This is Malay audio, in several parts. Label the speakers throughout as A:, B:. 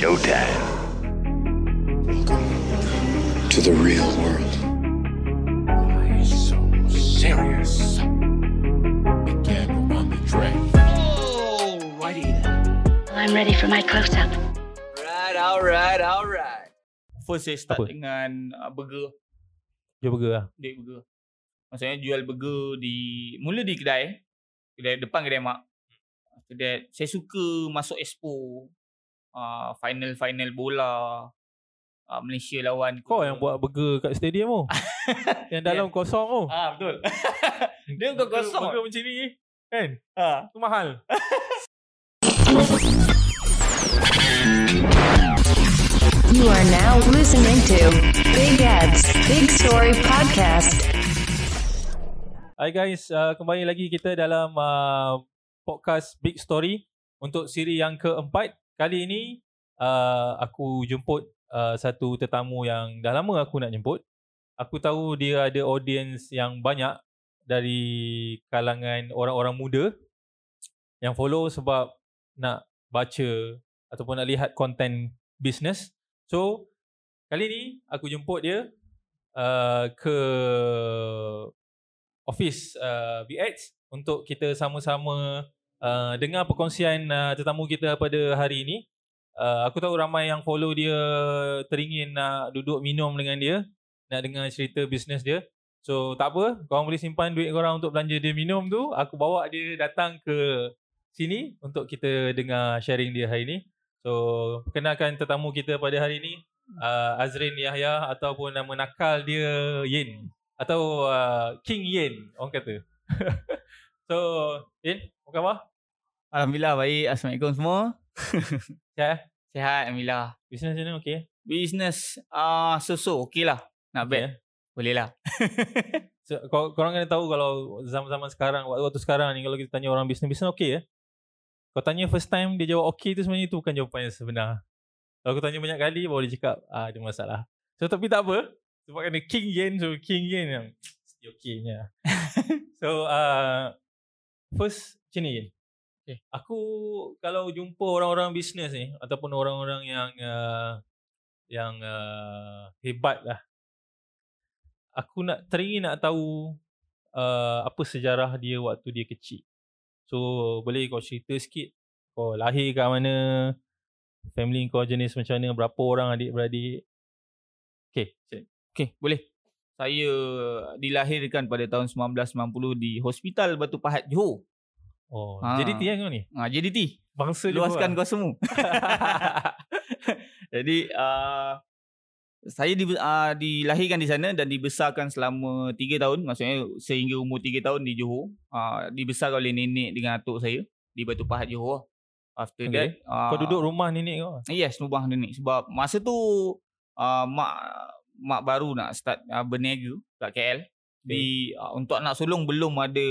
A: showtime.
B: to the real world.
C: serious. Again on the train.
D: I'm ready for my close-up.
E: Alright, alright, alright.
F: First saya start
G: Apa?
F: Apa? dengan uh, burger,
G: Jual burger lah.
F: duit burger. Maksudnya jual burger di mula di kedai, kedai depan kedai mak. After that saya suka masuk expo uh, final-final bola uh, Malaysia lawan
G: Kau yang buat burger kat stadium tu. yang dalam kosong tu.
F: Ah betul. Dia kau
G: Burger-
F: kosong.
G: Burger macam ni. Kan?
F: Ah.
G: Tu mahal.
H: You are now listening to Big Ads, Big Story Podcast.
G: Hai guys, uh, kembali lagi kita dalam uh, podcast Big Story untuk siri yang keempat. Kali ini uh, aku jemput uh, satu tetamu yang dah lama aku nak jemput. Aku tahu dia ada audience yang banyak dari kalangan orang-orang muda yang follow sebab nak baca ataupun nak lihat konten bisnes. So, kali ni aku jemput dia uh, ke office uh, BX untuk kita sama-sama uh, dengar perkongsian uh, tetamu kita pada hari ini. Uh, aku tahu ramai yang follow dia teringin nak duduk minum dengan dia, nak dengar cerita bisnes dia. So tak apa, korang boleh simpan duit korang untuk belanja dia minum tu. Aku bawa dia datang ke sini untuk kita dengar sharing dia hari ini. So perkenalkan tetamu kita pada hari ini uh, Azrin Yahya ataupun nama nakal dia Yin atau uh, King Yen orang kata. so, Yen, apa khabar?
F: Alhamdulillah baik. Assalamualaikum semua.
G: Sihat eh?
F: Sihat alhamdulillah.
G: Bisnes macam mana okey?
F: Business ah uh, so-so okey lah. Not bad.
G: Okey, eh?
F: Boleh lah.
G: So, kor- korang kena tahu kalau zaman-zaman sekarang, waktu-waktu sekarang ni kalau kita tanya orang bisnes, bisnes okey eh? Kau tanya first time dia jawab okey tu sebenarnya itu bukan jawapan yang sebenar. Kalau aku tanya banyak kali baru dia cakap ah, ada masalah. So tapi tak apa. Sebab kena King Yen so King Yen yang dia okeynya. so uh, first macam ni Yen.
F: Okay.
G: Aku kalau jumpa orang-orang bisnes ni ataupun orang-orang yang uh, yang uh, hebat lah. Aku nak teringin nak tahu uh, apa sejarah dia waktu dia kecil. So boleh kau cerita sikit kau lahir kat mana, family kau jenis macam mana, berapa orang adik-beradik. Okay, cik.
F: Okey, boleh. Saya dilahirkan pada tahun 1990 di Hospital Batu Pahat Johor.
G: Oh,
F: Ah. lah.
G: jadi tiang kau ni?
F: Ha, JDT.
G: Bangsa
F: Luaskan
G: kau.
F: kau semua. Jadi, uh, saya di, uh, dilahirkan di sana dan dibesarkan selama 3 tahun. Maksudnya sehingga umur 3 tahun di Johor. Uh, dibesarkan oleh nenek dengan atuk saya di Batu Pahat Johor. After
G: Okay.
F: okay. that, uh,
G: Kau duduk rumah nenek kau.
F: Yes, lubang nenek sebab masa tu uh, mak mak baru nak start uh, berniaga kat KL. Di
G: Hmm.
F: uh, untuk anak sulung belum ada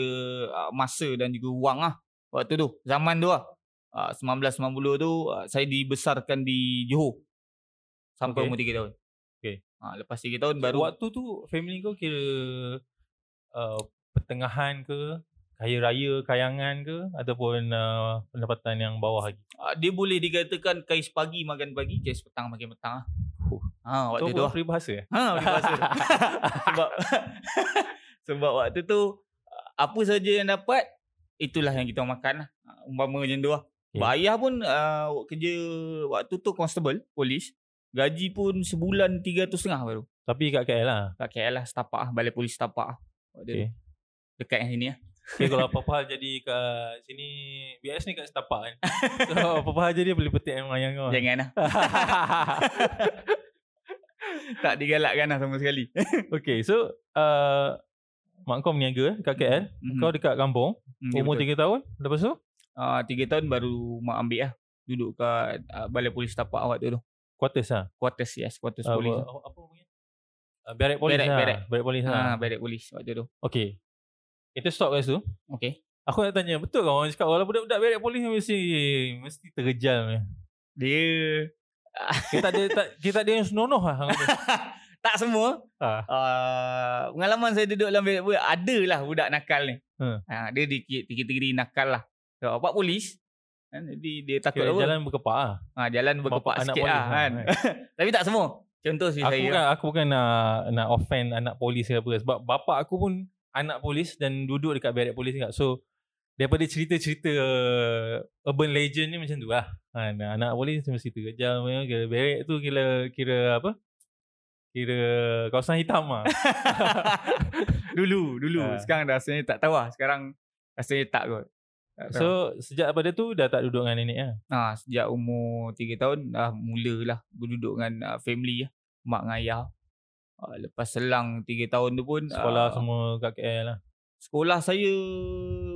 F: uh, masa dan juga wang ah waktu tu. Zaman tu ah. Uh, 1990 tu uh, saya dibesarkan di Johor sampai
G: Okey.
F: umur 3 tahun.
G: Okey.
F: Uh, lepas 3 tahun baru
G: Waktu tu family kau kira uh, pertengahan ke, kaya raya, kayangan ke ataupun uh, pendapatan yang bawah lagi.
F: uh, dia boleh dikatakan kais pagi makan pagi, kais petang makan petang ah.
G: Huh.
F: Ha waktu tu
G: kau
F: ah.
G: peribahasa eh?
F: Ha, boleh bahasa. sebab sebab waktu tu apa saja yang dapat itulah yang kita makan lah. Umpama macam tu lah.
G: Ya.
F: Yeah. Ayah pun uh, kerja waktu tu constable, polis. Gaji pun sebulan 300 setengah baru.
G: Tapi kat KL lah.
F: Kat KL lah, setapak lah. Balai polis setapak lah. Waktu okay.
G: Okay.
F: tu. Dekat yang sini lah.
G: Okay, kalau apa-apa hal jadi kat sini, BS ni kat setapak kan. So, apa-apa hal jadi boleh petik yang ayang kau.
F: Jangan lah. tak digalakkan lah sama sekali.
G: Okay, so uh, mak kau berniaga eh, kat KL.
F: Mhm.
G: Kau dekat kampung,
F: Hmm, ya
G: umur
F: betul.
G: 3 tahun. Lepas tu,
F: Ah, tiga tahun baru mak ambil lah. Duduk kat uh, balai polis setapak waktu tu.
G: quarters lah.
F: quarters yes quarters
G: Ah,
F: polis
G: apa- apa namanya? Uh, barrack polis
F: Barrack,
G: lah.
F: barrack.
G: Barrack polis lah.
F: ha barrack polis waktu tu
G: Okay. Kita stop kat situ.
F: okey
G: Aku nak tanya, betul ke orang cakap kalau budak-budak barrack polis ni mesti mesti terjal ni.
F: dia
G: Kita ada tak kita ada yang senonoh lah. hang kata.
F: tak semua
G: Ha.
F: uh, pengalaman saya duduk dalam barrack polis ada lah budak nakal ni
G: Hmm.
F: ha, dia di di kategori nakal lah so, awak polis Kan? Jadi dia takut
G: Kira
F: apa?
G: jalan berkepak lah.
F: ha, jalan berkepak
G: Bapak anak
F: sikit
G: polis
F: lah
G: lah,
F: kan. Tapi tak semua. Contoh isteri
G: Aku kan.
F: saya.
G: bukan, aku bukan nak, nak offend anak polis ke apa. Sebab bapak aku pun anak polis dan duduk dekat barrack polis juga. So, daripada cerita-cerita uh, urban legend ni macam tu lah. Ha, nah, anak polis mesti cerita kejam. ya. Kira barrack tu kira, kira apa? Kira kawasan hitam lah.
F: dulu, dulu.
G: Ha.
F: Sekarang dah rasanya tak tahu lah. Sekarang rasanya tak kot. Tak tahu.
G: so, sejak daripada tu dah tak duduk dengan nenek lah.
F: Ha, sejak umur 3 tahun dah mulalah berduduk dengan uh, family lah. Mak dengan ayah. Uh, lepas selang 3 tahun tu pun
G: Sekolah
F: ah,
G: semua kat KL lah.
F: sekolah saya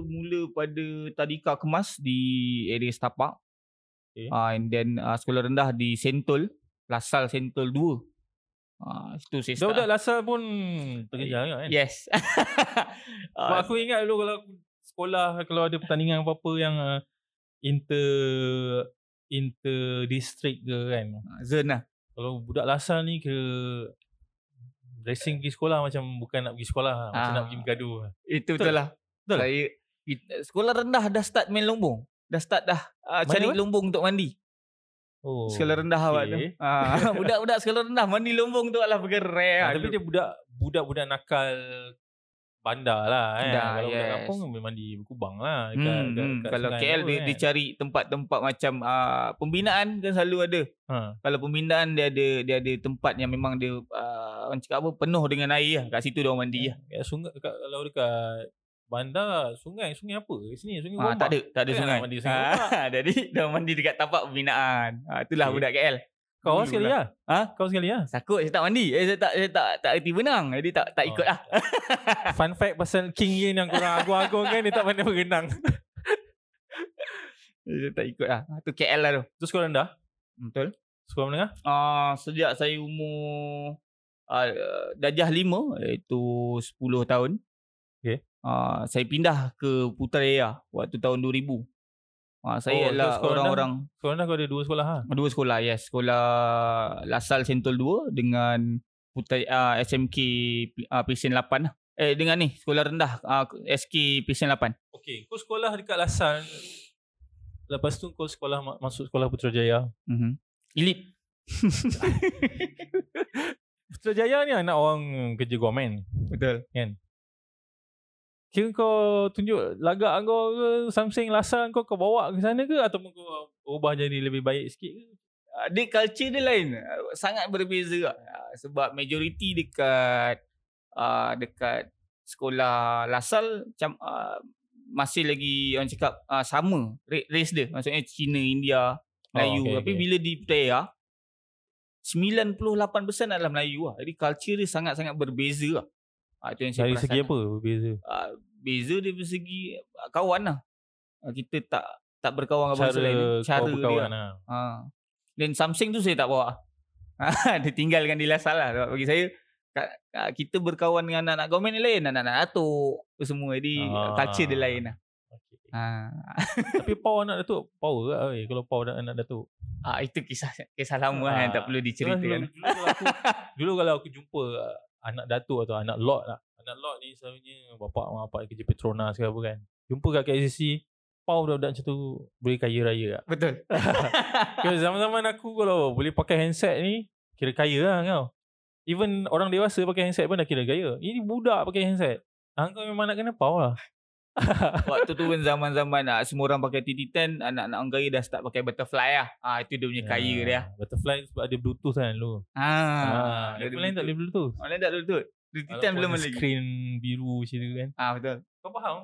F: mula pada Tadika Kemas di area Setapak. Okay.
G: Okay.
F: Uh, and then uh, sekolah rendah di Sentul, Lasal Sentul 2. Ah, uh, itu saya start.
G: Budak-budak Lasal pun terkejam juga kan.
F: Yes.
G: Sebab
F: Ah,
G: aku ingat dulu kalau aku sekolah kalau ada pertandingan apa-apa yang uh, inter inter district ke kan.
F: Zone lah.
G: Kalau budak Lasal ni ke racing pergi sekolah macam bukan nak pergi sekolah, macam
F: Ah.
G: nak pergi bergaduh.
F: Itu
G: Betul
F: betul, lah.
G: Betul lah.
F: Saya it- sekolah rendah dah start main lombong. Dah start dah uh,
G: Main
F: cari
G: apa?
F: lombong untuk mandi.
G: Oh.
F: Sekolah rendah awak tu.
G: okey.
F: Ah, budak-budak sekolah rendah mandi lombong tu alah bergerai.
G: Ah,
F: lah.
G: tapi dia budak budak-budak nakal bandar lah kan.
F: Bandar,
G: kalau budak
F: yes.
G: kampung memang mandi berkubang lah
F: Hmm, hmm. kalau KL
G: kan.
F: dia, dia cari tempat-tempat macam uh, pembinaan kan selalu ada.
G: ha.
F: Kalau pembinaan dia ada dia ada tempat yang memang dia uh, orang cakap apa penuh dengan air lah. Kat situ dia orang mandi lah.
G: Ya, sungai kat, kalau dekat bandar sungai sungai apa? Sini sungai
F: Ah,
G: Gombak.
F: tak ada, tak ada
G: Kan
F: sungai.
G: nak mandi sungai
F: Ah, jadi dia orang mandi dekat tapak pembinaan. Ah, itulah
G: Okey.
F: budak KL.
G: Kau
F: Dulu
G: sekali
F: lah.
G: lah.
F: Ha?
G: Kau sekali lah.
F: Takut saya tak mandi. Eh, saya tak saya tak tak erti benang. Jadi tak tak
G: Oh.
F: ikut lah.
G: Fun fact pasal King Yin yang korang agung-agung kan dia tak pandai berenang.
F: Saya tak ikut lah. Itu KL lah tu. Hmm,
G: Tu sekolah rendah,
F: Betul.
G: sekolah menengah.
F: Ah, sejak saya umur ah, darjah 5 iaitu 10 tahun.
G: Okey.
F: Ah, saya pindah ke Putrajaya waktu tahun 2000. Ah,
G: Oh,
F: saya
G: so
F: ialah
G: sekolah
F: orang-orang
G: Sekolah rendah kau ada dua sekolah ha.
F: dua sekolah. Yes, sekolah Lasal Sentul 2 dengan Putai ah, SMK ah, Pesen 8 lah. Eh dengan ni sekolah rendah ah, SK Pesen 8.
G: Okey, kau sekolah dekat Lasan. Lepas tu kau sekolah ma- masuk sekolah Putrajaya.
F: Mhm. Elite.
G: Putrajaya ni anak orang kerja government.
F: Betul.
G: Kira kau tunjuk lagak kau ke something Lasan kau kau bawa ke sana ke ataupun kau ubah jadi lebih baik sikit ke?
F: Ah, dia culture dia lain Ah, sangat berbeza lah. Ah, sebab majoriti dekat ah, dekat sekolah Lasal macam ah, masih lagi orang cakap ah, sama ra- race dia maksudnya Cina India Melayu
G: Oh, okey,
F: tapi
G: okey.
F: bila di Putrajaya 98% adalah Melayu lah. Jadi culture dia sangat-sangat berbeza lah. Ah, itu yang saya
G: Dari
F: perasan.
G: segi apa berbeza?
F: Ah, beza dia dari segi ah, kawan lah. Ah, kita tak tak berkawan dengan
G: Cara,
F: bangsa lain.
G: kau
F: dia lah.
G: berkawan lah.
F: Ha. Dan Samsung tu saya tak bawa. Ha, dia tinggalkan di Lasal lah. Sebab bagi saya, ka- ka- kita berkawan dengan anak-anak government ni lain. Anak-anak atuk apa semua. Jadi
G: Ah.
F: ah. culture dia lain lah.
G: Okey.
F: Ha.
G: Tapi power anak datuk Power lah eh, Kalau power anak datuk
F: Ah, itu kisah kisah lama lah yang tak
G: Ah.
F: perlu
G: dulu,
F: diceritakan.
G: dulu, kalau aku, dulu kalau aku jumpa uh, Anak datuk atau anak lot lah Anak lot ni selalunya Bapak mak bapak dia kerja Petronas ke apa kan Jumpa kat KCC Pau budak-budak macam tu Boleh kaya raya lah
F: Betul.
G: Kalau zaman-zaman aku Kalau boleh pakai handset ni Kira kaya lah kau Even orang dewasa pakai handset pun dah kira kaya Ini budak pakai handset Ah, kau memang nak kena pau lah
F: Waktu tu pun zaman-zaman ah, semua orang pakai TT10, anak-anak orang kaya dah start pakai butterfly lah. Ah, itu dia punya kaya
G: Ah,
F: dia.
G: Butterfly sebab ada bluetooth kan dulu
F: Ha.
G: Ah,
F: dia
G: Dia lain tak boleh bluetooth
F: Orang lain tak boleh betul. TT10 belum
G: Walaupun
F: lagi.
G: Screen biru macam tu kan.
F: Ah, betul.
G: Kau faham?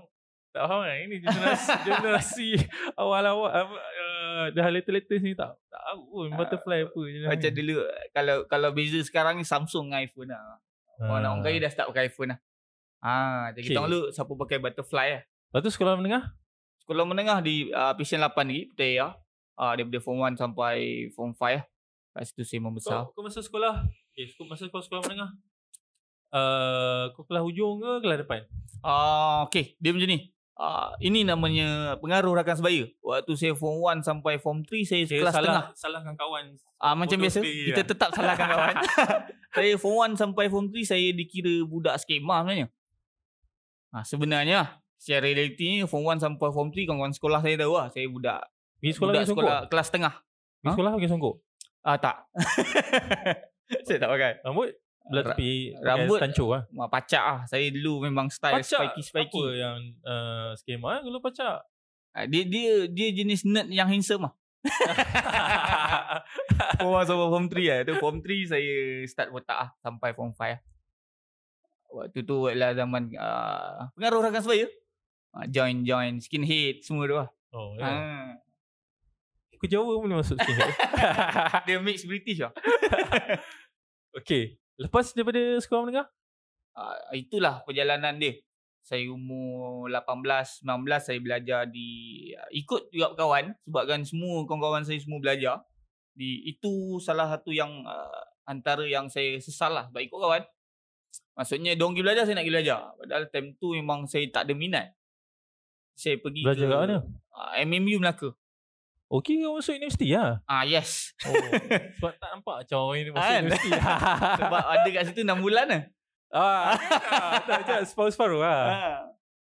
G: Tak faham kan? Ini generasi, generasi awal-awal apa, uh, dah latest-latest ni tak tak tahu pun
F: Ah,
G: butterfly apa je lah kan. nama
F: Macam
G: ni.
F: dulu kalau kalau beza sekarang ni Samsung dengan iPhone lah. Orang
G: Ah.
F: orang kaya dah start pakai iPhone lah. Ah, jadi
G: Okay.
F: kita orang dulu siapa pakai butterfly lah.
G: Lepas tu sekolah menengah?
F: Sekolah menengah di uh, Pisen 8 lagi, Putrajaya. Ah, daripada form 1 sampai form 5 lah. Kat situ saya membesar.
G: Kau, kau masa sekolah? Okay, kau masa kau sekolah menengah? Uh, kau kelas hujung ke kelas depan?
F: Ah, okey, dia macam ni. Ah, ini namanya pengaruh rakan sebaya. Waktu saya form 1 sampai form 3 saya
G: Kira
F: kelas
G: salah,
F: tengah.
G: Salahkan kawan.
F: Ah macam
G: bodoh
F: biasa
G: sendiri
F: kita
G: lah.
F: tetap salahkan kawan. saya form 1 sampai form 3 saya dikira budak skema sebenarnya. Ah sebenarnya secara realitinya form 1 sampai form 3 kawan-kawan sekolah saya tahu lah saya budak
G: Pergi sekolah
F: budak
G: pergi songkok.
F: sekolah kelas tengah.
G: Pergi
F: Ha?
G: sekolah pergi songkok.
F: Ah tak. saya tak pakai.
G: Rambut belah
F: Ra-
G: tepi pakai
F: rambut-
G: tanco ah.
F: Mak pacak ah. Saya dulu memang style spiky spiky.
G: Apa yang uh, skema eh? Dulu pacak.
F: Ah, Dia dia dia jenis nerd yang handsome ah. Oh masa form 3 lah. Tu form 3 saya start botak ah sampai form 5 ah. Waktu tu lah zaman uh, pengaruh rakan sebaya. Ah, join join skinhead semua tu lah.
G: oh, ya.
F: Yeah.
G: Aku Jawa boleh masuk sini.
F: dia mix British lah.
G: Okey. Lepas daripada sekolah menengah?
F: Ah, itulah perjalanan dia. Saya umur 18, 19 saya belajar di ah, ikut juga kawan sebabkan semua kawan-kawan saya semua belajar. Di itu salah satu yang uh, antara yang saya sesal lah sebab ikut kawan. Maksudnya dong pergi belajar saya nak pergi belajar. Padahal time tu memang saya tak ada minat. Saya pergi
G: Belajar
F: ke
G: kat mana?
F: ah, MMU Melaka.
G: Okey kau masuk universiti lah.
F: Ah yes.
G: Oh, sebab tak nampak macam orang ini masuk
F: Kan?
G: universiti.
F: Sebab ada kat situ 6 bulan lah.
G: ah, tak, tak, separuh-separuh lah.
F: Ha.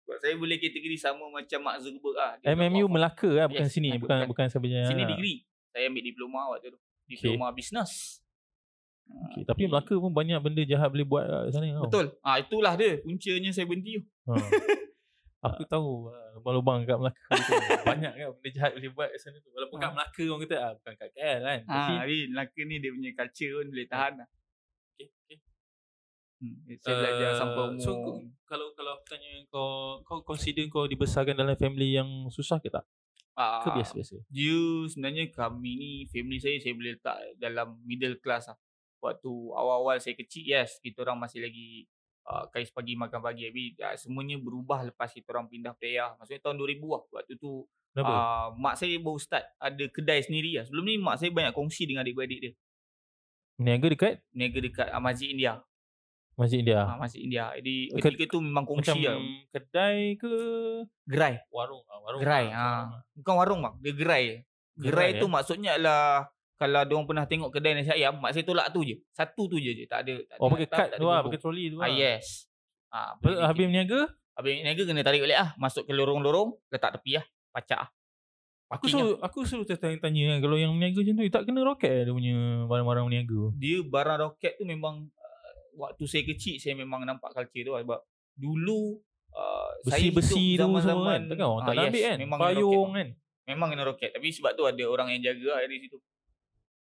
F: Sebab saya boleh kategori sama macam Mak Zuckerberg lah. Dia buat
G: MMU
F: apa-apa.
G: Melaka lah, bukan
F: Yes,
G: sini.
F: aku
G: Bukan
F: bukan.
G: bukan sampai
F: Sini degree. Saya ambil diploma waktu tu. Diploma okay. bisnes.
G: Okay, tapi Melaka pun banyak benda jahat boleh buat kat sana. tau.
F: Betul. Ah itulah dia. Puncanya saya berhenti. tu.
G: Ha. Aku tahu ah, lubang-lubang kat Melaka tu. Banyak kan benda jahat boleh buat kat sana tu. Walaupun kat
F: Ha.
G: Melaka orang kata ah, bukan kat KL kan. Tapi
F: Ah, tapi Melaka ni dia punya culture pun boleh tahan lah.
G: okay, okay.
F: Hmm. Saya belajar
G: Ah,
F: sampai umur.
G: so, kau- kalau kalau aku tanya kau kau consider kau dibesarkan dalam family yang susah ke tak?
F: ah,
G: Ke biasa-biasa?
F: Dia sebenarnya kami ni, family saya, saya boleh letak dalam middle class lah. Waktu awal-awal saya kecil, yes, kita orang masih lagi uh, kais pagi makan pagi. Tapi ah, semuanya berubah lepas kita orang pindah player. Maksudnya tahun 2000 lah. Waktu tu
G: Kenapa?
F: Uh, mak saya baru start ada kedai sendiri lah. Sebelum ni mak saya banyak kongsi dengan adik-beradik dia.
G: Niaga dekat
F: Niaga dekat uh, Masjid India.
G: Masjid
F: Ah.
G: India.
F: Masjid India. Jadi
G: Ke-
F: ketika tu memang kongsi
G: Macam
F: lah.
G: kedai ke
F: Gerai.
G: warung? Ah, warung.
F: Gerai,
G: Ah,
F: ah. Bukan warung bang. Dia gerai. Gerai,
G: Gerai,
F: tu
G: eh?
F: maksudnya adalah kalau dia orang pernah tengok kedai nasi ayam, mak saya tolak tu je. Satu tu je je. Tak ada. Tak
G: Oh
F: ada
G: pakai
F: atap,
G: kad
F: tak ada
G: tu lah,
F: bumbung.
G: pakai troli tu
F: Ah,
G: lah.
F: yes. Ah, boleh
G: Lepas tu
F: bikin.
G: Habis berniaga
F: habis niaga kena tarik balik ah. Masuk ke lorong-lorong, letak tepi ah. Pacak ah. Parking ah.
G: Aku selalu aku selalu tertanya-tanya kan kalau yang berniaga macam tu dia tak kena roket eh, dia punya barang-barang berniaga.
F: dia barang roket tu memang uh, waktu saya kecil saya memang nampak culture tu lah sebab dulu uh, saya hidup
G: Besi-besi tu semua kan. Takkan orang tak
F: Ah,
G: nak ambil kan.
F: memang kena roket
G: Payung
F: bang.
G: kan.
F: memang kena roket tapi sebab tu ada orang yang jaga lah dari situ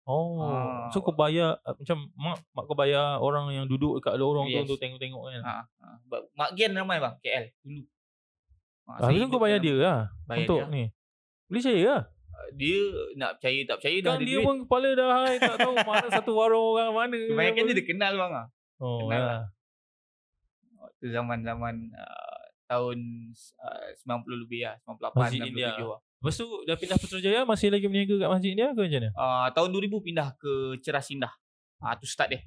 G: Oh.
F: Ah.
G: So kau bayar ah, macam mak mak kau bayar orang yang duduk kat lorong
F: Yes.
G: tu untuk tengok-tengok kan.
F: ha, ha. sebab Mak Gian ramai bang KL dulu Ah, saya
G: Habis tu
F: hidup
G: kau bayar
F: dalam-
G: dia lah
F: bayar
G: untuk
F: dia.
G: ni. Boleh percaya lah.
F: Ah, dia nak percaya tak percaya dah
G: Kan
F: ada
G: dia
F: duit
G: pun kepala dah hai, tak tahu mana satu warung orang mana.
F: kebanyakan dia dia kenal bang ah.
G: Oh,
F: kenal
G: ya.
F: waktu zaman-zaman uh, tahun uh, 90 lebih lah 98
G: Masjid
F: 97
G: India.
F: lah
G: Lepas tu dah pindah Putrajaya masih lagi berniaga kat masjid dia ke macam mana?
F: uh, tahun 2000 pindah ke Ceras Indah ah tu start dia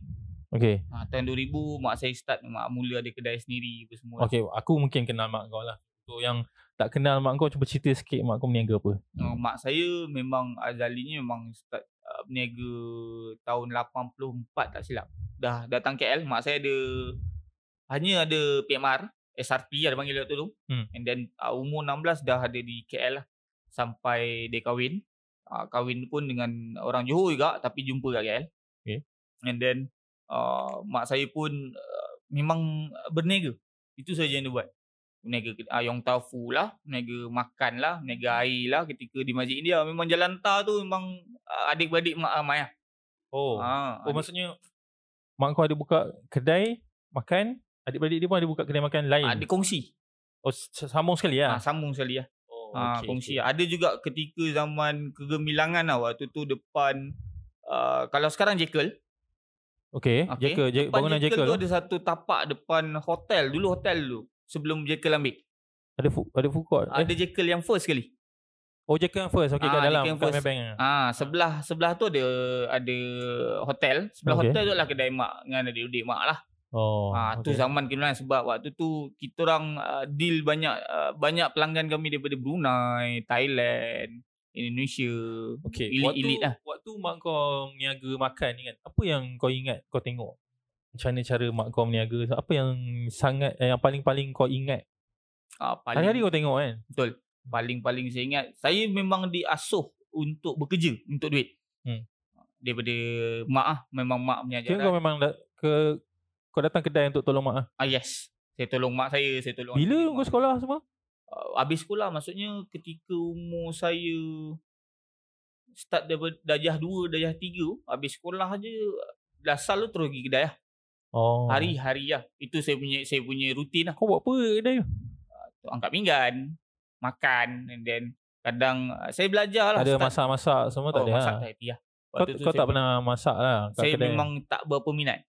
G: Okey.
F: Ha, tahun 2000 mak saya start mak mula ada kedai sendiri apa semua.
G: Okey, aku mungkin kenal mak kau lah. Untuk yang tak kenal mak kau cuba cerita sikit mak kau berniaga apa.
F: Uh, mak saya memang azalinya memang start uh, berniaga tahun 84 tak silap. Dah datang KL mak saya ada hanya ada PMR, SRP ada lah panggil waktu tu.
G: Hmm.
F: And then uh, umur 16 dah ada di KL lah sampai dia kahwin. Uh, kahwin pun dengan orang Johor juga tapi jumpa kat KL.
G: Okay.
F: And then uh, mak saya pun uh, memang berniaga. Itu saja yang dia buat. Meniaga uh, Yong Tau Fu lah, meniaga makan lah, meniaga air lah ketika di Masjid India. Memang jalan tar tu memang uh, adik-beradik mak ramai lah.
G: Oh.
F: Ha,
G: Oh maksudnya mak kau ada buka kedai makan, adik-beradik dia pun ada buka kedai makan lain.
F: ada kongsi.
G: Oh s- sambung sekali
F: Ha,
G: lah.
F: ah, sambung sekali lah.
G: Oh,
F: Ha, kongsi lah. Ada juga ketika zaman kegemilangan lah waktu tu depan uh, kalau sekarang Jekyll. Okey.
G: Okey, okay. Jekyll, Jekyll,
F: Depan
G: bangunan Jekyll.
F: tu
G: Ada,
F: ada satu tapak depan hotel. Dulu hotel dulu. Sebelum Jekyll ambil.
G: Eh. ada, fu- ada food court.
F: Ada
G: Eh?
F: Jekyll yang first sekali.
G: Oh, Jekyll yang first. Okey,
F: Ah,
G: kat dalam.
F: Jekyll yang
G: Kat
F: first.
G: Maybank.
F: Ah sebelah sebelah tu ada ada hotel. Sebelah
G: Okey.
F: okay. hotel tu lah kedai mak dengan adik-adik mak lah.
G: Oh,
F: Ah tu
G: okey.
F: zaman kena sebab waktu tu kita orang uh, deal banyak uh, banyak pelanggan kami daripada Brunei, Thailand, Indonesia.
G: Okey,
F: elit-
G: waktu,
F: elit lah.
G: waktu mak kau meniaga makan ni kan, apa yang kau ingat kau tengok? Macam mana cara mak kau meniaga? Apa yang sangat, eh, yang paling-paling kau ingat?
F: Ah paling
G: Hari-hari kau tengok kan?
F: paling-paling saya ingat saya memang diasuh untuk bekerja untuk duit.
G: Hmm.
F: Daripada mak ah memang mak punya
G: Kira kau
F: ajaran.
G: memang da- ke kau datang kedai untuk tolong mak ah.
F: Ah yes. Saya tolong mak saya, saya tolong.
G: Bila
F: adik
G: kau
F: mak.
G: sekolah semua?
F: uh, habis sekolah maksudnya ketika umur saya start daripada darjah 2 darjah 3 habis sekolah je dasar tu terus pergi kedai lah.
G: Oh.
F: Hari-hari lah. Itu saya punya saya punya rutin lah.
G: kau buat apa kat kedai tu?
F: Tu Angkat pinggan, makan and then kadang uh, saya belajar lah.
G: Ada
F: start-
G: masak-masak semua tak
F: oh,
G: ada.
F: masak
G: ha?
F: tak happy lah.
G: Kau,
F: Waktu tu
G: kau
F: saya,
G: tak pernah masak lah kat
F: saya
G: kedai.
F: memang tak berapa minat.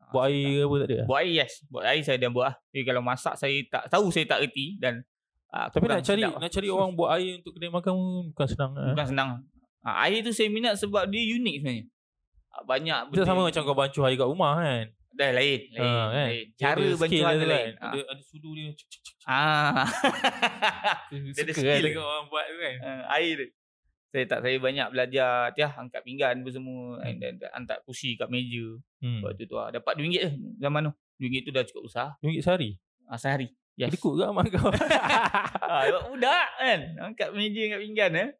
F: Ah,
G: buat
F: saya
G: air
F: tak-
G: ke apa tak ada.
F: Buat air yes. Buat air saya dah buat lah. Tapi kalau masak saya tak tahu saya tak erti dan uh,
G: Tapi nak cari nak cari orang buat air untuk kedai makan pun bukan senang. ah.
F: Bukan senang. Ha, air tu saya minat sebab dia unik sebenarnya. Ha, banyak
G: Kita sama macam kau bancuh air kat rumah kan.
F: Dah lain. Lain.
G: Ah, kan?
F: lain.
G: Dia
F: Cara
G: ada skill
F: bancuhan
G: dia
F: dia
G: tu
F: lain.
G: Kan? Ada, ada sudu dia. Cuk, cuk, cuk, cuk.
F: Ah.
G: Dia
F: ada
G: suka
F: skill
G: kan
F: dia.
G: tengok orang buat tu kan.
F: Ah, air tu. Saya tak saya banyak belajar tiah angkat pinggan apa semua and then angkat kursi kat meja.
G: Hmm.
F: Lepas tu tu ah, dapat RM2 je zaman tu. RM2 tu dah cukup besar
G: RM1 sehari.
F: ah, sehari. Yes.
G: Yes. Kedekut ke mak kau?
F: ah, sebab budak kan angkat meja angkat pinggan eh.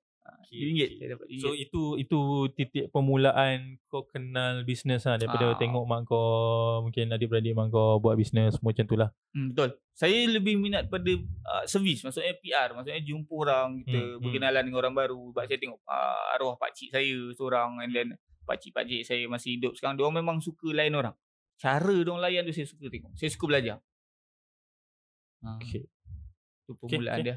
F: RM2 saya dapat RM2.
G: so itu itu titik permulaan kau kenal bisnes lah
F: Ah.
G: daripada tengok mak kau mungkin adik-beradik mak kau buat bisnes semua macam tu lah.
F: Hmm, betul. Saya lebih minat pada uh, servis, maksudnya PR, maksudnya jumpa orang, kita
G: Hmm,
F: hmm,
G: hmm.
F: berkenalan dengan orang baru. Sebab saya tengok uh, arwah pakcik saya seorang and then pakcik-pakcik saya masih hidup sekarang, dia memang suka layan orang. Cara dia orang layan tu saya suka tengok. Saya suka belajar. Ha, okay.
G: Okay.
F: Itu permulaan
G: okay.
F: okay, okay. dia.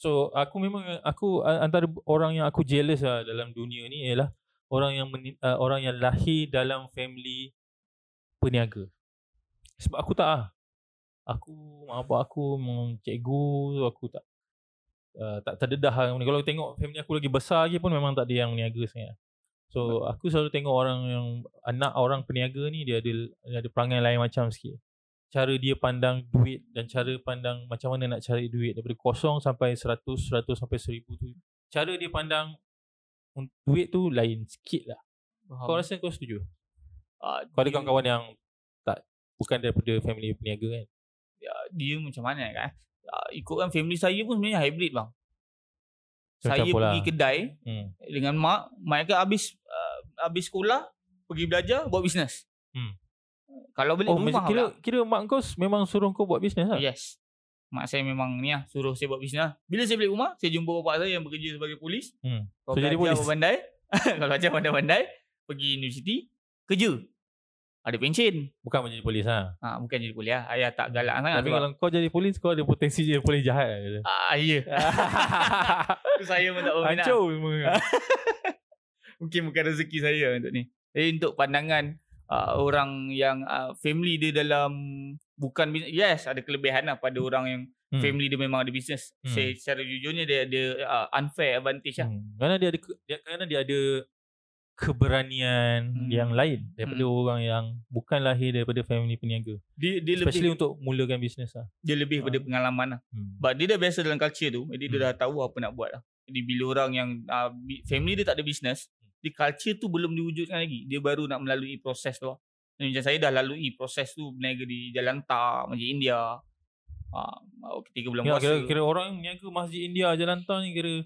G: So aku memang aku a- antara orang yang aku jealous lah dalam dunia ni ialah orang yang meni, uh, orang yang lahir dalam family peniaga. Sebab aku tak ah. Aku mak abah aku memang cikgu so aku tak uh, tak terdedah lah. Kalau tengok family aku lagi besar lagi pun memang tak ada yang meniaga sangat. So aku selalu tengok orang yang anak orang peniaga ni dia ada dia ada perangai lain macam sikit cara dia pandang duit dan cara pandang macam mana nak cari duit daripada kosong sampai seratus, seratus sampai seribu tu. Cara dia pandang un- duit tu lain sikit lah.
F: Faham.
G: Kau rasa kau setuju?
F: Ah, Hmm.
G: Kau ada
F: dia-
G: kawan-kawan yang tak bukan daripada family peniaga kan?
F: ah, dia macam mana kan? Uh, ikutkan family saya pun sebenarnya hybrid bang.
G: Macam
F: saya
G: campur lah.
F: pergi kedai,
G: Hmm.
F: dengan mak mereka habis uh, habis sekolah pergi belajar buat bisnes
G: Hmm.
F: kalau balik
G: Oh,
F: oh, rumah
G: mesti- kira
F: pula. Ya.
G: kira mak kau s- memang suruh kau buat bisnes lah?
F: yes mak saya memang ni lah suruh saya buat bisnes lah. bila saya balik rumah saya jumpa bapak saya yang bekerja sebagai polis
G: Hmm.
F: kalau
G: So, jadi
F: belajar
G: polis.
F: pandai kalau belajar pandai-pandai pergi universiti kerja ada pencen
G: Bukan menjadi polis lah.
F: ha, bukan jadi polis lah. ayah tak galak sangat
G: Tapi
F: sebab-
G: kalau kau jadi polis, kau ada potensi jadi polis jahat lah. kata.
F: ah, ya Tu saya pun tak berminat
G: Hancur
F: Ha.
G: semua.
F: mungkin bukan rezeki saya untuk ni. Jadi untuk pandangan uh, orang yang uh, family dia dalam bukan bisnes, yes ada kelebihan lah pada orang yang
G: Hmm.
F: hmm. family dia memang ada bisnes.
G: Hmm.
F: Hmm. Saya secara jujurnya dia ada uh, unfair advantage lah.
G: Hmm. Kerana dia ada ke- dia kerana dia ada keberanian
F: Hmm.
G: yang lain daripada orang yang bukan lahir daripada family peniaga.
F: Dia dia
G: Especially
F: lebih
G: untuk mulakan bisnes lah.
F: dia lebih pada
G: Ah.
F: pengalaman lah.
G: Hmm.
F: But dia dah biasa dalam culture tu, jadi dia
G: Hmm.
F: dah tahu apa nak buat lah. Jadi bila orang yang uh, bi- family dia tak ada bisnes,
G: Hmm.
F: di culture tu belum diwujudkan lagi. Dia baru nak melalui proses tu. lah. Dan macam saya dah lalui proses tu berniaga di Jalan Tak, macam India. Uh, ketika bulan
G: Ya,
F: puasa.
G: kira, kira orang yang meniaga Masjid India Jalan Tan ni kira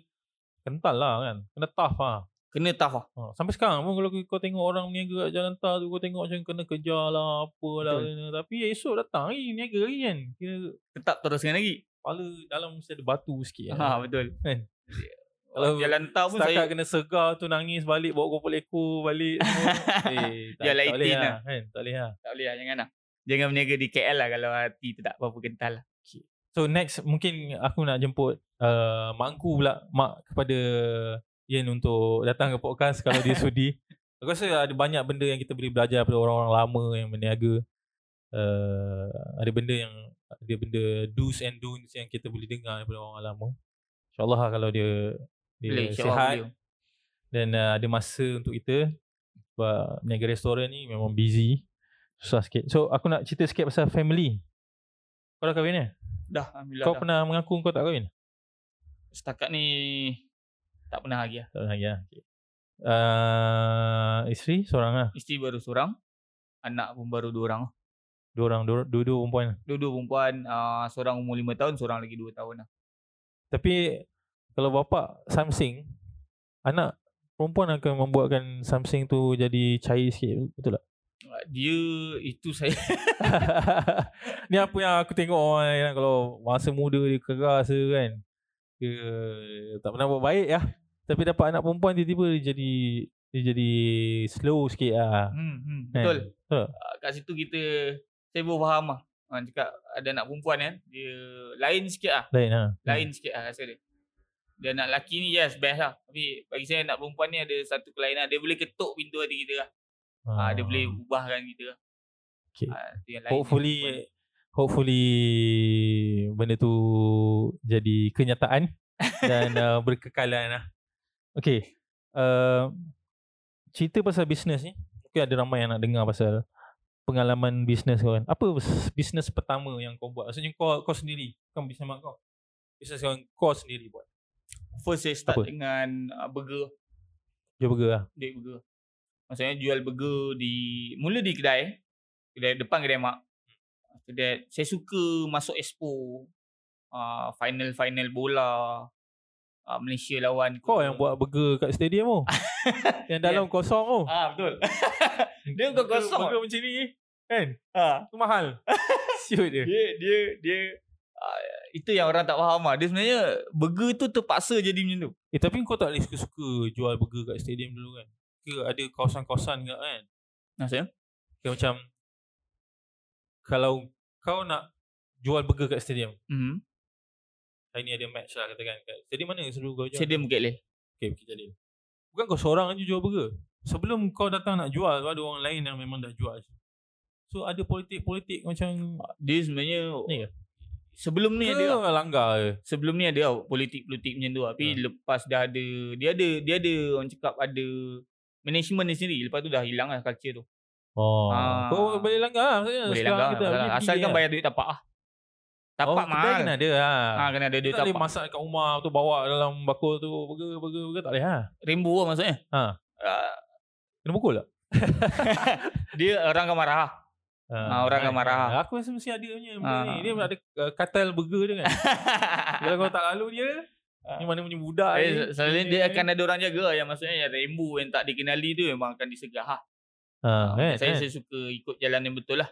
G: kental lah kan. Kena tough lah.
F: Kena tough lah.
G: Ha. Sampai sekarang pun kalau kau- kau tengok orang meniaga kat Jalan Tan tu kau tengok macam kena kejar lah apa lah.
F: Betul.
G: Kena. Tapi esok datang lagi meniaga lagi kan. Kira
F: Tetap teruskan lagi.
G: kepala dalam mesti ada batu
F: Ya.
G: sikit. lah.
F: Ha, betul.
G: Kan? Kalau
F: Kalau Jalan Tak pun
G: Setakat saya...
F: saya...
G: kena segar tu nangis balik bawa kopol ekor balik semua. eh,
F: Biar
G: tak boleh
F: lightin
G: lah. Kan? Tak boleh lah.
F: Tak boleh lah, jangan lah. Jangan berniaga di KL lah kalau hati tu tak apa-apa kental lah.
G: So next mungkin aku nak jemput uh, mak aku pula mak kepada Ian untuk datang ke podcast kalau dia sudi. Aku rasa ada banyak benda yang kita boleh belajar daripada orang-orang lama yang berniaga. Uh, ada benda yang ada benda do's and don'ts yang kita boleh dengar daripada orang lama. InsyaAllah lah kalau dia dia
F: Boleh, insyaAllah
G: Ya, sihat
F: boleh.
G: dan uh, ada masa untuk kita sebab niaga restoran ni memang busy susah sikit so aku nak cerita sikit pasal family kau dah kahwin ya?
F: Dah, Alhamdulillah
G: kau
F: dah.
G: pernah mengaku kau tak kahwin?
F: Setakat ni tak pernah lagi lah.
G: tak pernah lagi lah okay. uh, isteri seorang lah
F: Isteri baru seorang. Anak pun baru dua orang. lah.
G: dua orang dua, dua-dua perempuan
F: Dua-dua perempuan. Uh, seorang umur lima tahun, seorang lagi dua tahun lah.
G: tapi kalau bapak something anak perempuan akan membuatkan something tu jadi cair sikit betul tak?
F: Ah, Dia itu saya
G: Ni apa yang aku tengok orang lain kan, kalau masa muda dia keras je kan. Dia tak pernah buat baik lah. Tapi dapat anak perempuan tiba-tiba dia jadi dia jadi slow sikit lah.
F: hmm, hmm,
G: kan.
F: betul.
G: Betul.
F: Ah, kat situ kita saya baru faham lah. Orang cakap ada anak perempuan kan, dia lain sikit lah.
G: Lain lah.
F: Lain sikit lah rasa dia. Dia anak lelaki ni yes best lah. Tapi bagi saya anak perempuan ni ada satu kelainan. Dia boleh ketuk pintu hati kita lah.
G: Hmm.
F: Ah, dia boleh ubahkan kita lah.
G: Okay.
F: Ah, tu yang lain ni perempuan.
G: Hopefully hopefully benda tu jadi kenyataan dan uh, berkekalan lah. Okay. Uh, cerita pasal bisnes ni. Mungkin ada ramai yang nak dengar pasal pengalaman bisnes kau kan. Apa s- bisnes pertama yang kau buat? Maksudnya kau kau sendiri. Bukan bisnes mak kau. Bisnes yang kau sendiri buat.
F: First saya start
G: Apa?
F: Apa? dengan ah, burger.
G: Jual burger lah.
F: Duit burger. Maksudnya jual burger di mula di kedai, kedai depan kedai mak. After that, saya suka masuk expo. Uh, final-final bola. Uh, Malaysia lawan
G: Kau yang buat burger kat stadium tu. yang dalam kosong tu.
F: Ah betul. dia kau
G: Burger-
F: kosong.
G: Burger macam ni. Kan?
F: Ha.
G: Tu mahal. Siut dia.
F: Ah, Dia dia dia uh, itu yang orang tak faham lah. Dia sebenarnya burger tu terpaksa jadi macam tu.
G: Eh tapi kau tak boleh suka-suka jual burger kat stadium dulu kan? Ke ada kawasan-kawasan ke kan?
F: Maksudnya?
G: Ke macam kalau kau nak jual burger kat stadium,
F: Mm-hmm.
G: hari ni ada match lah katakan kat stadium mana sebelum kau jual?
F: Saya dia mungkin leh.
G: Okay, pergi stadium. Bukan kau seorang aja jual burger. Sebelum kau datang nak jual, ada orang lain yang memang dah jual. So ada politik-politik macam
F: Dia sebenarnya
G: Ni ke?
F: sebelum ni
G: ke
F: ada
G: langgar ke?
F: sebelum ni ada tau politik-politik macam tu lah. tapi
G: Ha.
F: lepas dah ada dia ada dia ada orang cakap ada management dia sendiri lepas tu dah hilang lah culture tu
G: Oh.
F: Ah.
G: Kau boleh langgar lah. maksudnya.
F: boleh
G: Sekarang
F: langgar
G: kita
F: lah.
G: punya
F: asalkan
G: fikir
F: bayar duit tapak lah tapak
G: oh, kedai
F: mahal
G: kena ada lah.
F: ha, kena ada
G: Dia
F: duit
G: tak boleh
F: tapak
G: masak kat rumah tu bawa dalam bakul tu burger burger burger tak boleh ha.
F: rainbow lah maksudnya
G: Ha.
F: Ah,
G: Kena pukul tak?
F: dia orang akan marah Ah, orang akan marah.
G: Ha, kan? Aku rasa mesti ada punya benda
F: Ah.
G: ni. Dia ada uh, katal burger dia kan. Kalau kau tak lalu dia
F: Ah.
G: ni mana punya budak
F: Eh,
G: ni.
F: selalunya dia akan ada orang jaga lah. yang maksudnya yang rainbow yang tak dikenali tu memang akan disegah lah.
G: ha, kan,
F: saya,
G: kan?
F: saya suka ikut jalan yang betul lah.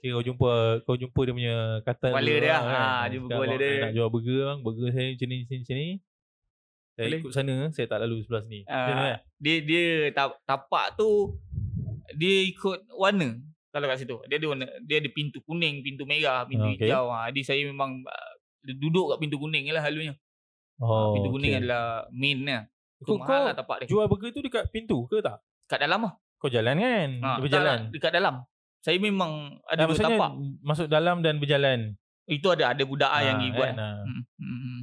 G: Kira kau jumpa kau jumpa dia punya katal
F: Kepala
G: burger
F: dia,
G: lah, kan?
F: ah, jumpa
G: Cakap,
F: kepala
G: "Abang,
F: dia."
G: saya Nak jual burger bang, burger saya macam ni macam ni macam ni. Saya
F: Boleh.
G: ikut sana, saya tak lalu sebelah sini.
F: Ah.
G: Macam tu kan?
F: Dia dia tap- tapak tu dia ikut warna kalau kat situ. Dia ada warna, dia ada pintu kuning, pintu merah, pintu
G: Ah,
F: okay.
G: okey.
F: hijau. Ha, jadi saya memang ah, duduk kat pintu kuning je lah halunya. Ah,
G: Oh,
F: pintu kuning
G: okey.
F: adalah main lah.
G: Kau-
F: Itu
G: kau
F: mahal lah tapak dia.
G: Jual burger tu dekat pintu ke tak?
F: Kat dalam lah.
G: Kau jalan
F: Ah,
G: kan? Ha,
F: tak lah,
G: berjalan.
F: Dekat dalam. Saya memang ada
G: Ah,
F: dua
G: maksudnya
F: tapak.
G: masuk dalam dan berjalan.
F: Itu ada ada budak ah, yang Hmm.
G: Ah,
F: dia buat.
G: kan, ah.
F: Hmm, hmm, hmm.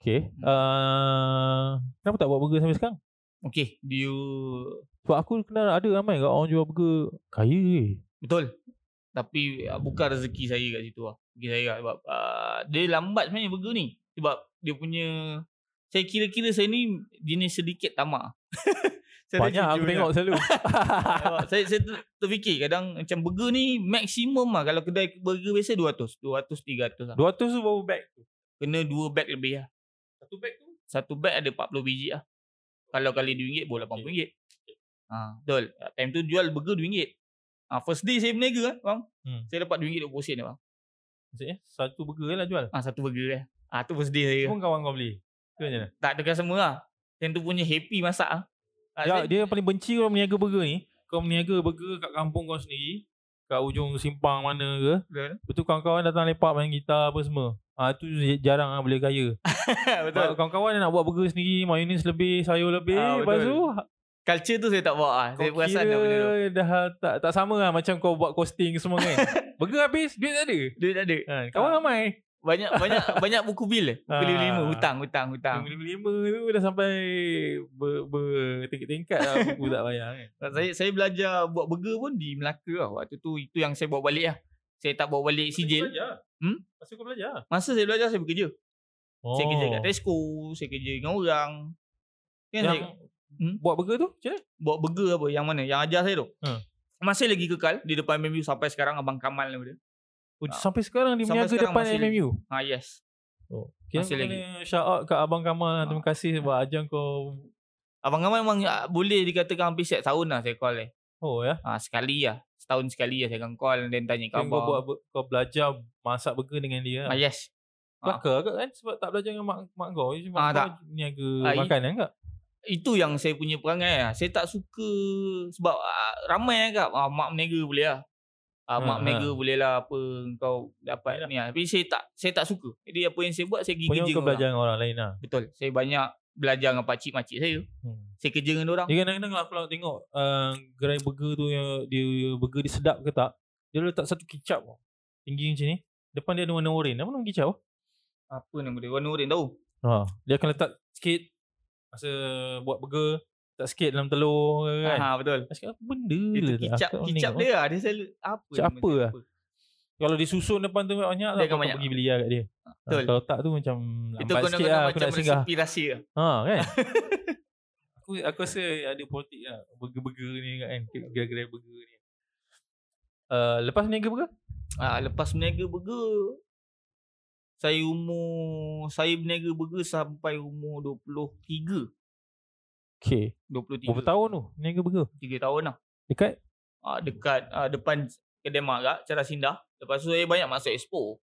G: Okay. Uh, kenapa tak buat burger sampai sekarang?
F: Okey, dia
G: Sebab aku kenal ada ramai kat orang jual burger kaya je.
F: betul. Tapi ah, bukan rezeki saya kat situ lah. Rezeki saya lah sebab ah, dia lambat sebenarnya burger ni. Sebab dia punya saya kira-kira saya ni jenis sedikit tamak. Saya
G: Banyak aku
F: sejujurnya.
G: tengok selalu.
F: Sebab ah, saya saya ter, terfikir kadang macam burger ni maksimum lah kalau kedai burger biasa 200, 200 300 lah.
G: 200 tu baru bag tu.
F: Kena dua bag lebih lah.
G: Satu bag tu.
F: Satu bag ada 40 biji lah. Kalau kali RM2 boleh RM80.
G: Okey.
F: Ha, betul. Time tu jual burger RM2. Ha, first day saya berniaga kan, bang.
G: Hmm.
F: Hmm. Saya dapat RM2.20 sen bang.
G: Maksudnya satu burger je lah jual.
F: Ha, satu burger eh. Ha, tu first day saya.
G: Yeah. Pun kawan kau beli. Tu macam mana?
F: Tak tekan semua lah. Time tu punya happy masak ah. Ha,
G: Ya,
F: saya-
G: dia paling benci kalau meniaga burger ni. Kau meniaga burger kat kampung kau sendiri. Kat ujung simpang mana ke.
F: Betul.
G: Betul kawan-kawan datang lepak main gitar apa semua. Ah tu jarang ah boleh kaya.
F: Ya, betul.
G: Sebab Kawan-kawan nak buat burger sendiri, mayonis lebih, sayur lebih.
F: Ah,
G: lepas
F: betul.
G: tu
F: Culture tu saya tak bawa ah. Saya
G: Kau
F: perasan
G: kira
F: dah benda tu.
G: dah tak, tak sama lah macam kau buat costing semua kan. Burger habis, duit tak ada.
F: Duit tak ada.
G: Ha, kawan
F: Ah.
G: ramai.
F: Banyak banyak banyak buku bil. eh. Buku
G: Ah.
F: lima hutang hutang hutang.
G: Lima-lima tu dah sampai ber, bertingkat-tingkat lah buku tak bayar kan.
F: Saya saya belajar buat burger pun di Melaka lah. Waktu tu itu yang saya bawa balik lah. Saya tak bawa balik sijil. Hmm?
G: Masa kau belajar.
F: Masa saya belajar saya bekerja.
G: Oh.
F: Saya kerja kat Tesco, saya kerja dengan orang. Kan
G: Yang
F: saya Hmm?
G: buat burger tu macam mana?
F: buat burger apa yang mana yang ajar saya tu.
G: Ha.
F: Masih lagi kekal di depan MMU sampai sekarang abang Kamal nama dia.
G: Oh, Sampai sekarang dia
F: Sampai
G: meniaga
F: sekarang
G: depan
F: masih-
G: MMU.
F: Ha yes.
G: Oh. Kira
F: Masih Ah.
G: Masih lagi. Shout out kat Abang Kamal lah. Terima kasih sebab ajar kau.
F: Abang Kamal memang ah, boleh dikatakan hampir setiap tahun lah saya call dia.
G: Oh ya.
F: Ha, sekali lah. Setahun sekali lah saya akan call dan tanya
G: Kau
F: khabar.
G: buat apa- kau belajar masak burger dengan dia.
F: Ah,
G: Lah.
F: yes.
G: Kelakar agak kan sebab tak belajar dengan mak, mak kau. Cuma
F: Ah,
G: mak
F: tak.
G: kau niaga
F: Ah, i-
G: makanan enggak?
F: Itu yang saya punya perangai lah. Saya tak suka sebab ah, ramai agak ah, mak meniaga boleh lah. Ah,
G: Ha,
F: mak
G: ha.
F: meniaga boleh lah apa kau dapat ni lah. Tapi saya tak saya tak suka. Jadi apa yang saya buat saya pergi
G: Punya
F: kerja
G: kau
F: dengan
G: belajar dengan orang lain lah.
F: orang. Betul. Saya banyak belajar dengan pakcik makcik saya.
G: Hmm.
F: Saya kerja dengan orang.
G: Dia kadang-kadang kalau, kalau tengok uh, gerai burger tu yang dia burger dia sedap ke tak, dia letak satu kicap tau. tinggi macam ni. Depan dia ada warna oren. Apa nama kicap? oh?
F: Apa nama dia? Warna oren tahu.
G: Ha. Dia akan letak sikit masa buat burger, letak sikit dalam telur ke kan.
F: Ha betul.
G: Aku cakap, apa benda
F: Itu
G: lah tak?
F: kicap
G: Aku tak
F: kicap
G: tengok.
F: dia lah. Dia selalu apa?
G: Kicap
F: nama dia?
G: apa lah? Kalau disusun depan tu banyak
F: Dia
G: lah.
F: akan
G: Aku tak
F: banyak.
G: pergi beli lah kat dia. Ha,
F: Betul.
G: kalau tak tu macam
F: Itu
G: lambat
F: kau
G: sikit lah.
F: nak
G: Aku
F: macam
G: nak singgah.
F: resepi rahsia lah.
G: Ha kan. aku aku rasa ada politik lah. Burger-burger ni kan. Gerai-gerai burger ni. Uh, lepas niaga burger?
F: Ah, lepas berniaga burger saya umur saya berniaga burger sampai umur 23.
G: Okay.
F: 23.
G: Berapa tahun tu niaga burger?
F: 3 tahun lah.
G: Dekat?
F: Ah, dekat ah, depan kedai mak agak cara sindah. Lepas tu saya banyak masuk expo.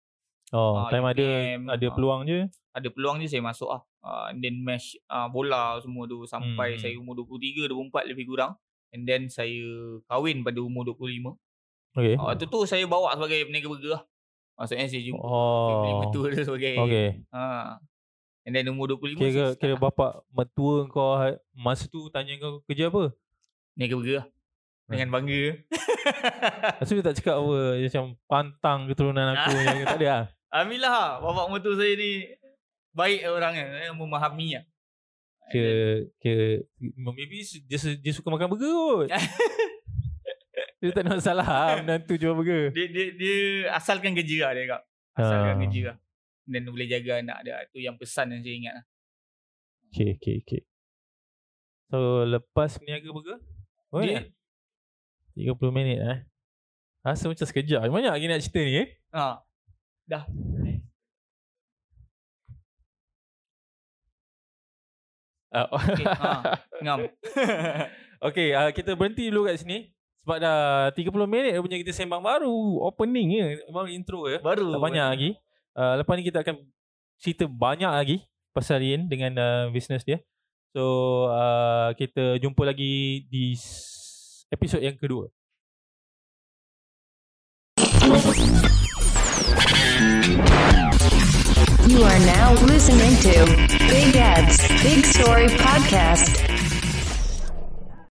G: Oh,
F: Ah,
G: time ada
F: UPM,
G: ada
F: ah.
G: peluang je.
F: Ada peluang je saya masuk ah. Ah, and then match ah, bola semua tu sampai
G: Hmm.
F: saya umur 23 24 lebih kurang. And then saya kahwin pada umur 25.
G: Okay.
F: Ah, waktu tu saya bawa sebagai peniaga burger lah. Maksudnya saya jumpa family
G: Oh.
F: mertua dia sebagai
G: Okay.
F: Ha. And then umur 25
G: Kira
F: saya
G: kira
F: start
G: bapak mertua kau ha- masa tu tanya kau kerja apa?
F: Niaga burger lah. Dengan
G: Hmm.
F: bangga.
G: Lepas tu dia tak cakap apa dia macam pantang keturunan aku yang tak ada lah.
F: Alhamdulillah lah, bapak motor saya ni baik orangnya, eh, memahami lah.
G: Kira kira maybe dia, su- dia suka makan burger kot. dia tak ada masalah lah menantu jual burger.
F: Dia, dia, dia asalkan kerja lah dia kak. Asalkan
G: Ah.
F: kerja lah. Dan boleh jaga anak dia. Itu yang pesan yang saya ingat lah.
G: Okay, okay, okay. So lepas berniaga burger, oh,
F: Dia-
G: dia 30 minit eh. Rasa macam sekejap. Banyak lagi nak cerita ni eh.
F: Ha.
G: Ah,
F: Okay, ha. Ngam.
G: Okay, uh, kita berhenti dulu kat sini. Sebab dah 30 minit dah punya kita sembang baru. Opening je. Baru intro ya. je.
F: Baru.
G: Tak banyak lagi. Uh, lepas ni kita akan cerita banyak lagi pasal Rien dengan uh, bisnes dia. So, uh, kita jumpa lagi di s- episod yang kedua.
H: You are now listening to Big Ads, Big Story Podcast